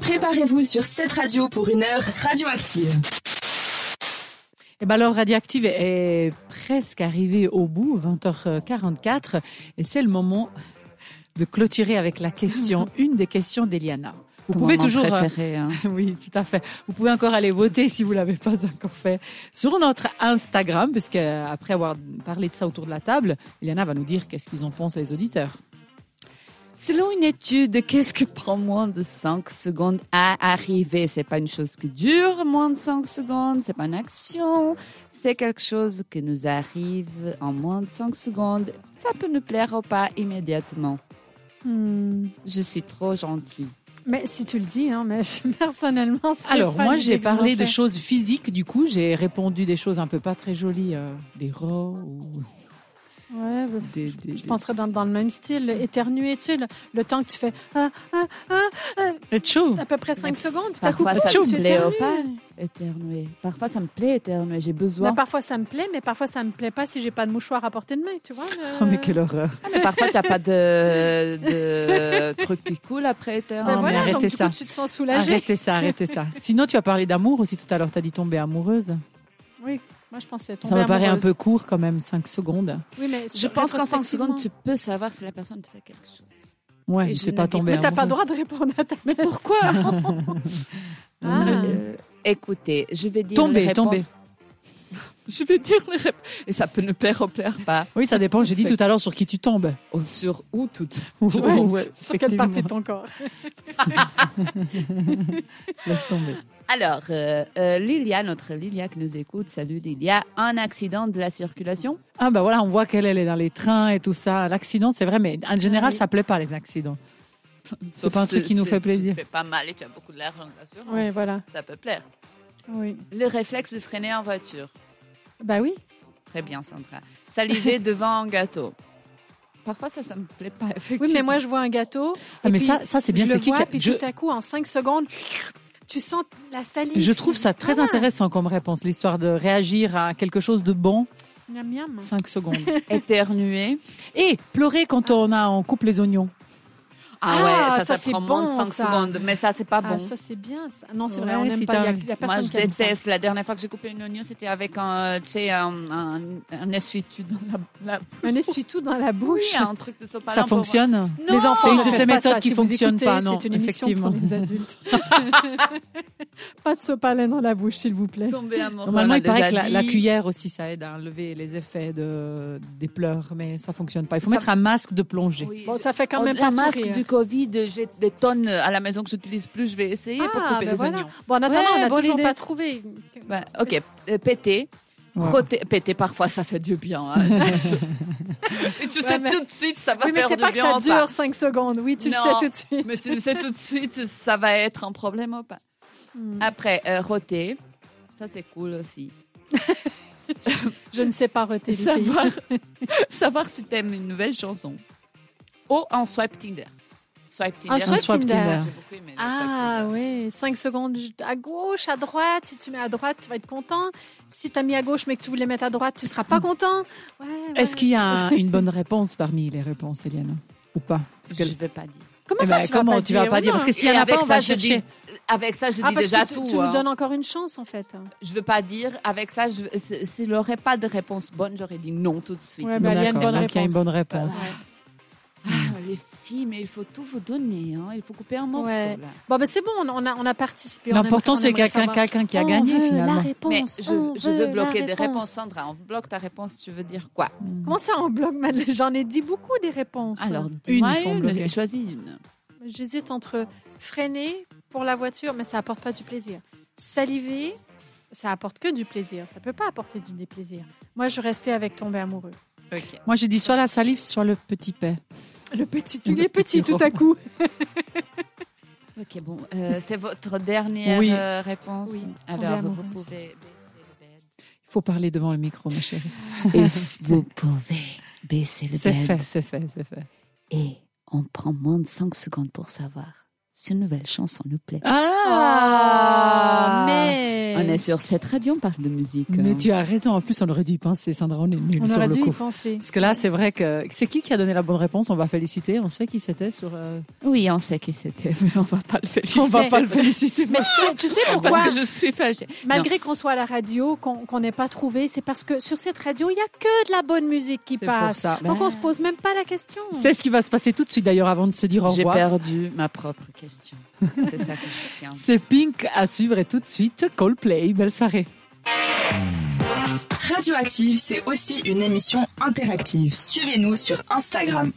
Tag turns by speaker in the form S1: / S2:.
S1: Préparez-vous sur cette radio pour une heure radioactive.
S2: Eh ben l'heure radioactive est presque arrivée au bout, 20h44, et c'est le moment de clôturer avec la question, une des questions d'Eliana. Vous
S3: Ton
S2: pouvez
S3: moment
S2: toujours, euh,
S3: préféré, hein.
S2: oui, tout à fait. Vous pouvez encore aller voter si vous l'avez pas encore fait sur notre Instagram, parce que après avoir parlé de ça autour de la table, Eliana va nous dire qu'est-ce qu'ils en pensent les auditeurs.
S3: Selon une étude, qu'est-ce que prend moins de 5 secondes à arriver C'est pas une chose qui dure moins de 5 secondes, c'est pas une action, c'est quelque chose qui nous arrive en moins de 5 secondes. Ça peut nous plaire ou pas immédiatement. Hmm, je suis trop gentille.
S4: Mais si tu le dis, hein, mais personnellement, c'est
S2: Alors
S4: pas
S2: moi
S4: l'idée
S2: j'ai
S4: que je m'en
S2: parlé de
S4: fais.
S2: choses physiques, du coup j'ai répondu des choses un peu pas très jolies, euh, des rats ou
S4: Ouais, bah,
S2: des. des-
S4: je penserais dans, dans le même style, éternuer, tu sais, le, le temps que tu fais ah, ah, ah,
S2: des- Etchou.
S4: à peu près 5 secondes, puis t'as
S3: Parfois
S4: coupé,
S3: ça
S4: tu
S3: me plaît ou
S4: éternues.
S3: pas Éternuer. Parfois ça me plaît éternuer, j'ai
S4: Mais
S3: besoin.
S4: parfois ça me plaît, mais parfois ça me plaît pas si j'ai pas de mouchoir à portée de main, tu vois. le-
S2: Oh mais quelle horreur.
S3: Ah, mais parfois t'as pas de, de truc qui coule après
S4: Mais
S2: Oh,
S3: éternuer.
S2: mais
S4: Ben voilà, donc,
S2: arrêtez
S4: du
S2: ça.
S4: Coup, tu te sens soulagée.
S2: Arrêtez ça, arrêtez ça. Sinon, tu as parlé d'amour aussi tout à l'heure. Tu as dit tomber amoureuse.
S4: Moi, je pensais tomber
S2: Ça me paraît un
S4: amoureuse.
S2: peu court quand même, 5 secondes.
S4: Oui, mais
S3: Je pense qu'en 5 secondes tu peux savoir si la personne te fait quelque chose.
S2: Ouais,
S3: Et
S2: c'est
S3: je
S2: pas
S3: n'ai-
S2: tomber
S4: Mais t'as
S2: amoureuse.
S4: pas le droit de répondre à ta Mais
S3: pourquoi
S4: Ah.
S3: Euh, écoutez, je vais dire
S2: Tombez,
S3: les réponses.
S2: tombez.
S3: Je vais dire les réponses. Et ça peut nous plaire ou plaire pas.
S2: Oui, ça dépend. J'ai dit tout à l'heure sur qui tu tombes.
S3: Ou sur où tout.
S2: Ouais,
S3: tombes.
S2: ouais,
S4: Sur quelle partie de
S2: effectivement.
S4: ton corps
S2: Laisse tomber.
S3: Alors, euh, euh, Lilia, notre Lilia qui nous écoute, salut Lilia, un accident de la circulation
S2: Ah bah voilà, on voit qu'elle elle est dans les trains et tout ça. L'accident, c'est vrai, mais en général,
S4: Ah
S3: oui.
S2: ça plaît pas les accidents.
S3: C'est
S2: pas un truc qui nous fait plaisir.
S3: Tu te fais pas mal et tu as beaucoup de l'argent de l'assurance.
S4: Oui, voilà.
S3: Ça peut plaire.
S4: Oui.
S3: Le réflexe de freiner en voiture.
S4: Bah oui.
S3: Très bien, Sandra. Saliver devant un gâteau. Parfois, ça, ça me plaît pas, effectivement.
S4: Oui, mais moi, je vois un gâteau.
S2: Ah,
S4: et
S2: mais
S4: puis,
S2: ça, ça c'est bien.
S4: Je le
S2: C'est qui
S4: vois,
S2: qui a-
S4: puis
S2: je,
S4: tout à coup, en 5 secondes, tu sens la salive.
S2: je trouve ça très
S4: Ah,
S2: intéressant comme réponse, l'histoire de réagir à quelque chose de bon,
S4: Miam, miam.
S2: 5 secondes.
S3: Éternuer.
S2: Et pleurer quand on a on coupe les oignons.
S3: Ah,
S4: Ah,
S3: ouais, ça,
S4: ça,
S3: ça,
S4: c'est
S3: prend moins
S4: bon,
S3: de 5
S4: ça.
S3: secondes, mais ça, c'est pas
S4: Ah,
S3: bon.
S4: ça, c'est bien. ça. Non, c'est vrai,
S2: Ouais,
S4: on n'aime
S2: si
S4: pas. Il y a-
S2: t'as-
S4: il y a
S3: Moi,
S4: personne
S3: je
S4: qui aime ça.
S3: déteste. La dernière fois que j'ai coupé une oignon, c'était avec un, euh, tu sais, un, un, un essuie-tout dans la, la
S4: Un essuie-tout dans la bouche.
S3: Oui, hein. un truc de sopalin.
S2: Ça
S3: pour-
S2: fonctionne.
S4: Non,
S2: les enfants, c'est une
S4: ne
S2: de ces
S4: faites pas
S2: méthodes
S4: ça.
S2: qui
S4: Si vous
S2: fonctionnent
S4: écoutez,
S2: pas, non.
S4: C'est une émission
S2: effectivement.
S4: pour les adultes. pas de sopalin dans la bouche, s'il vous plaît.
S3: Tomber amoureux.
S2: Normalement,
S3: on a
S2: il paraît
S3: déjà
S2: que la,
S3: dit.
S2: la cuillère aussi, ça aide à enlever les effets de, des pleurs, mais ça fonctionne pas. Il faut
S3: Ça-
S2: mettre un masque de plongée.
S3: Oui,
S4: Bon,
S3: je-
S4: ça fait quand
S3: on-
S4: même
S3: Oh, la
S4: pas
S3: masque
S4: sourire.
S3: du Covid, j'ai des tonnes à la maison que j'utilise plus. Je vais essayer pour
S4: Ah,
S3: couper
S4: ben
S3: les
S4: voilà.
S3: oignons.
S4: Bon, en attendant,
S3: Ouais,
S4: on n'a
S3: bonne
S4: toujours
S3: idée.
S4: pas trouvé.
S3: Ben, ok, euh, péter.
S2: Ouais.
S3: Proté- Péter, parfois, ça fait du bien. hein. Je- je- Et tu sais
S4: mais-
S3: tout de suite, ça va
S4: Oui, mais
S3: faire
S4: c'est
S3: du
S4: pas que
S3: bien
S4: ça
S3: ou pas.
S4: dure 5 secondes. Oui, tu
S3: Non.
S4: le sais tout de suite.
S3: Mais tu le sais tout de suite, ça va être un problème ou pas.
S4: Hmm.
S3: Après, euh, roter. Ça, c'est cool aussi.
S4: Je ne sais pas roter. les filles.
S3: Savoir, savoir si t'aimes une nouvelle chanson. Ou un swipe Tinder. Swipe Tinder.
S4: Un swipe
S2: swipe Tinder.
S3: J'ai beaucoup aimé le
S4: Ah
S3: swipe Tinder.
S4: oui, 5 secondes ju- à gauche, à droite. Si tu mets à droite, tu vas être content. Si tu as mis à gauche mais que tu voulais mettre à droite, tu seras pas
S3: Hmm.
S4: content. Ouais,
S2: Est-ce
S4: ouais.
S2: qu'il y a un- une bonne réponse parmi les réponses, Eliane Ou pas Parce que-
S3: Je vais pas dire.
S4: Comment
S2: Eh
S4: ça,
S2: ben,
S4: tu
S2: comment
S4: vas pas
S2: tu vas pas dire
S4: Oh
S2: Parce
S4: non.
S2: que s'il y en
S3: Et
S2: a pas,
S3: avec
S2: on va
S3: ça, je
S2: chercher.
S3: dis- Avec ça, je
S4: Ah,
S3: dis
S4: parce
S3: déjà
S4: que tu,
S3: tout.
S4: tu nous
S3: hein.
S4: donnes encore une chance, en fait.
S3: Je veux pas dire. Avec ça, je- s- s'il n'aurait pas de réponse bonne, j'aurais dit non tout de suite.
S4: Ouais,
S2: Non,
S4: bah, il y a une
S2: d'accord,
S4: bonne
S2: donc il y a une bonne réponse. Euh,
S3: Ah, les filles, mais il faut tout vous donner. hein. Il faut couper un morceau.
S4: Ouais.
S3: là.
S4: Bon, ben, c'est bon, on on a, on a participé. on
S2: L'important,
S4: aimerait- on
S2: c'est
S4: aimerait
S2: quelqu'un
S4: savoir.
S2: quelqu'un qui a
S4: On
S2: gagné
S4: veut La
S2: finalement.
S3: Mais
S4: réponse.
S3: je,
S4: on
S3: je
S4: veut
S3: veux
S4: la
S3: bloquer des
S4: réponse.
S3: réponses, Sandra. On bloque ta réponse. Tu veux dire quoi
S2: Mm.
S4: Comment ça, on bloque ma- J'en ai dit beaucoup des réponses.
S3: Alors,
S2: Une,
S3: dis-moi
S2: il faut
S3: une.
S2: bloquer.
S3: Choisis une.
S4: J'hésite entre freiner pour la voiture, mais ça apporte pas du plaisir. Saliver, ça apporte que du plaisir. Ça peut pas apporter du déplaisir. Moi, je restais avec tomber amoureux.
S3: Ok.
S2: Moi, j'ai dit soit la salive, soit le petit paix.
S4: Le petit,
S2: il est petit tout à
S4: coup.
S3: Ok, bon, euh, c'est votre dernière
S2: Oui.
S3: euh, réponse.
S4: Oui, tombée
S3: Alors, vous
S4: amoureuse.
S3: pouvez baisser
S2: Il faut parler devant le micro, ma chérie.
S3: le bed. Et vous pouvez baisser le
S2: C'est fait, c'est fait, c'est fait.
S3: Et on prend moins de 5 secondes pour savoir si une nouvelle chanson nous plaît.
S2: Ah
S4: Ah, mais mais
S3: On est sur cette radio, on parle de musique. hein.
S2: Mais tu as raison. En plus, on aurait dû y penser, Sandra. On est nuls
S4: on
S2: sur
S4: aurait
S2: le
S4: dû y
S2: coup.
S4: penser.
S2: Parce que là, c'est vrai que c'est qui qui a donné la bonne réponse On va féliciter. On sait qui c'était sur. euh,
S3: Oui, on sait qui c'était, mais on va pas le féliciter.
S2: On va pas le féliciter.
S4: Mais tu sais, tu sais pourquoi
S3: Parce que je suis fâchée.
S4: Malgré qu'on soit à la radio, qu'on qu'on n'ait pas trouvé, c'est parce que sur cette radio, il n'y a que de la bonne musique qui
S2: C'est pour
S4: passe.
S2: ça.
S4: Donc on se pose même pas la question.
S2: C'est ce qui va se passer tout de suite d'ailleurs avant de se dire au
S3: J'ai
S2: revoir.
S3: perdu ma propre question. C'est ça que je tiens.
S2: C'est Pink à suivre et tout de suite Coldplay. Belle soirée.
S1: Radioactive, c'est aussi une émission interactive. Suivez-nous sur Instagram.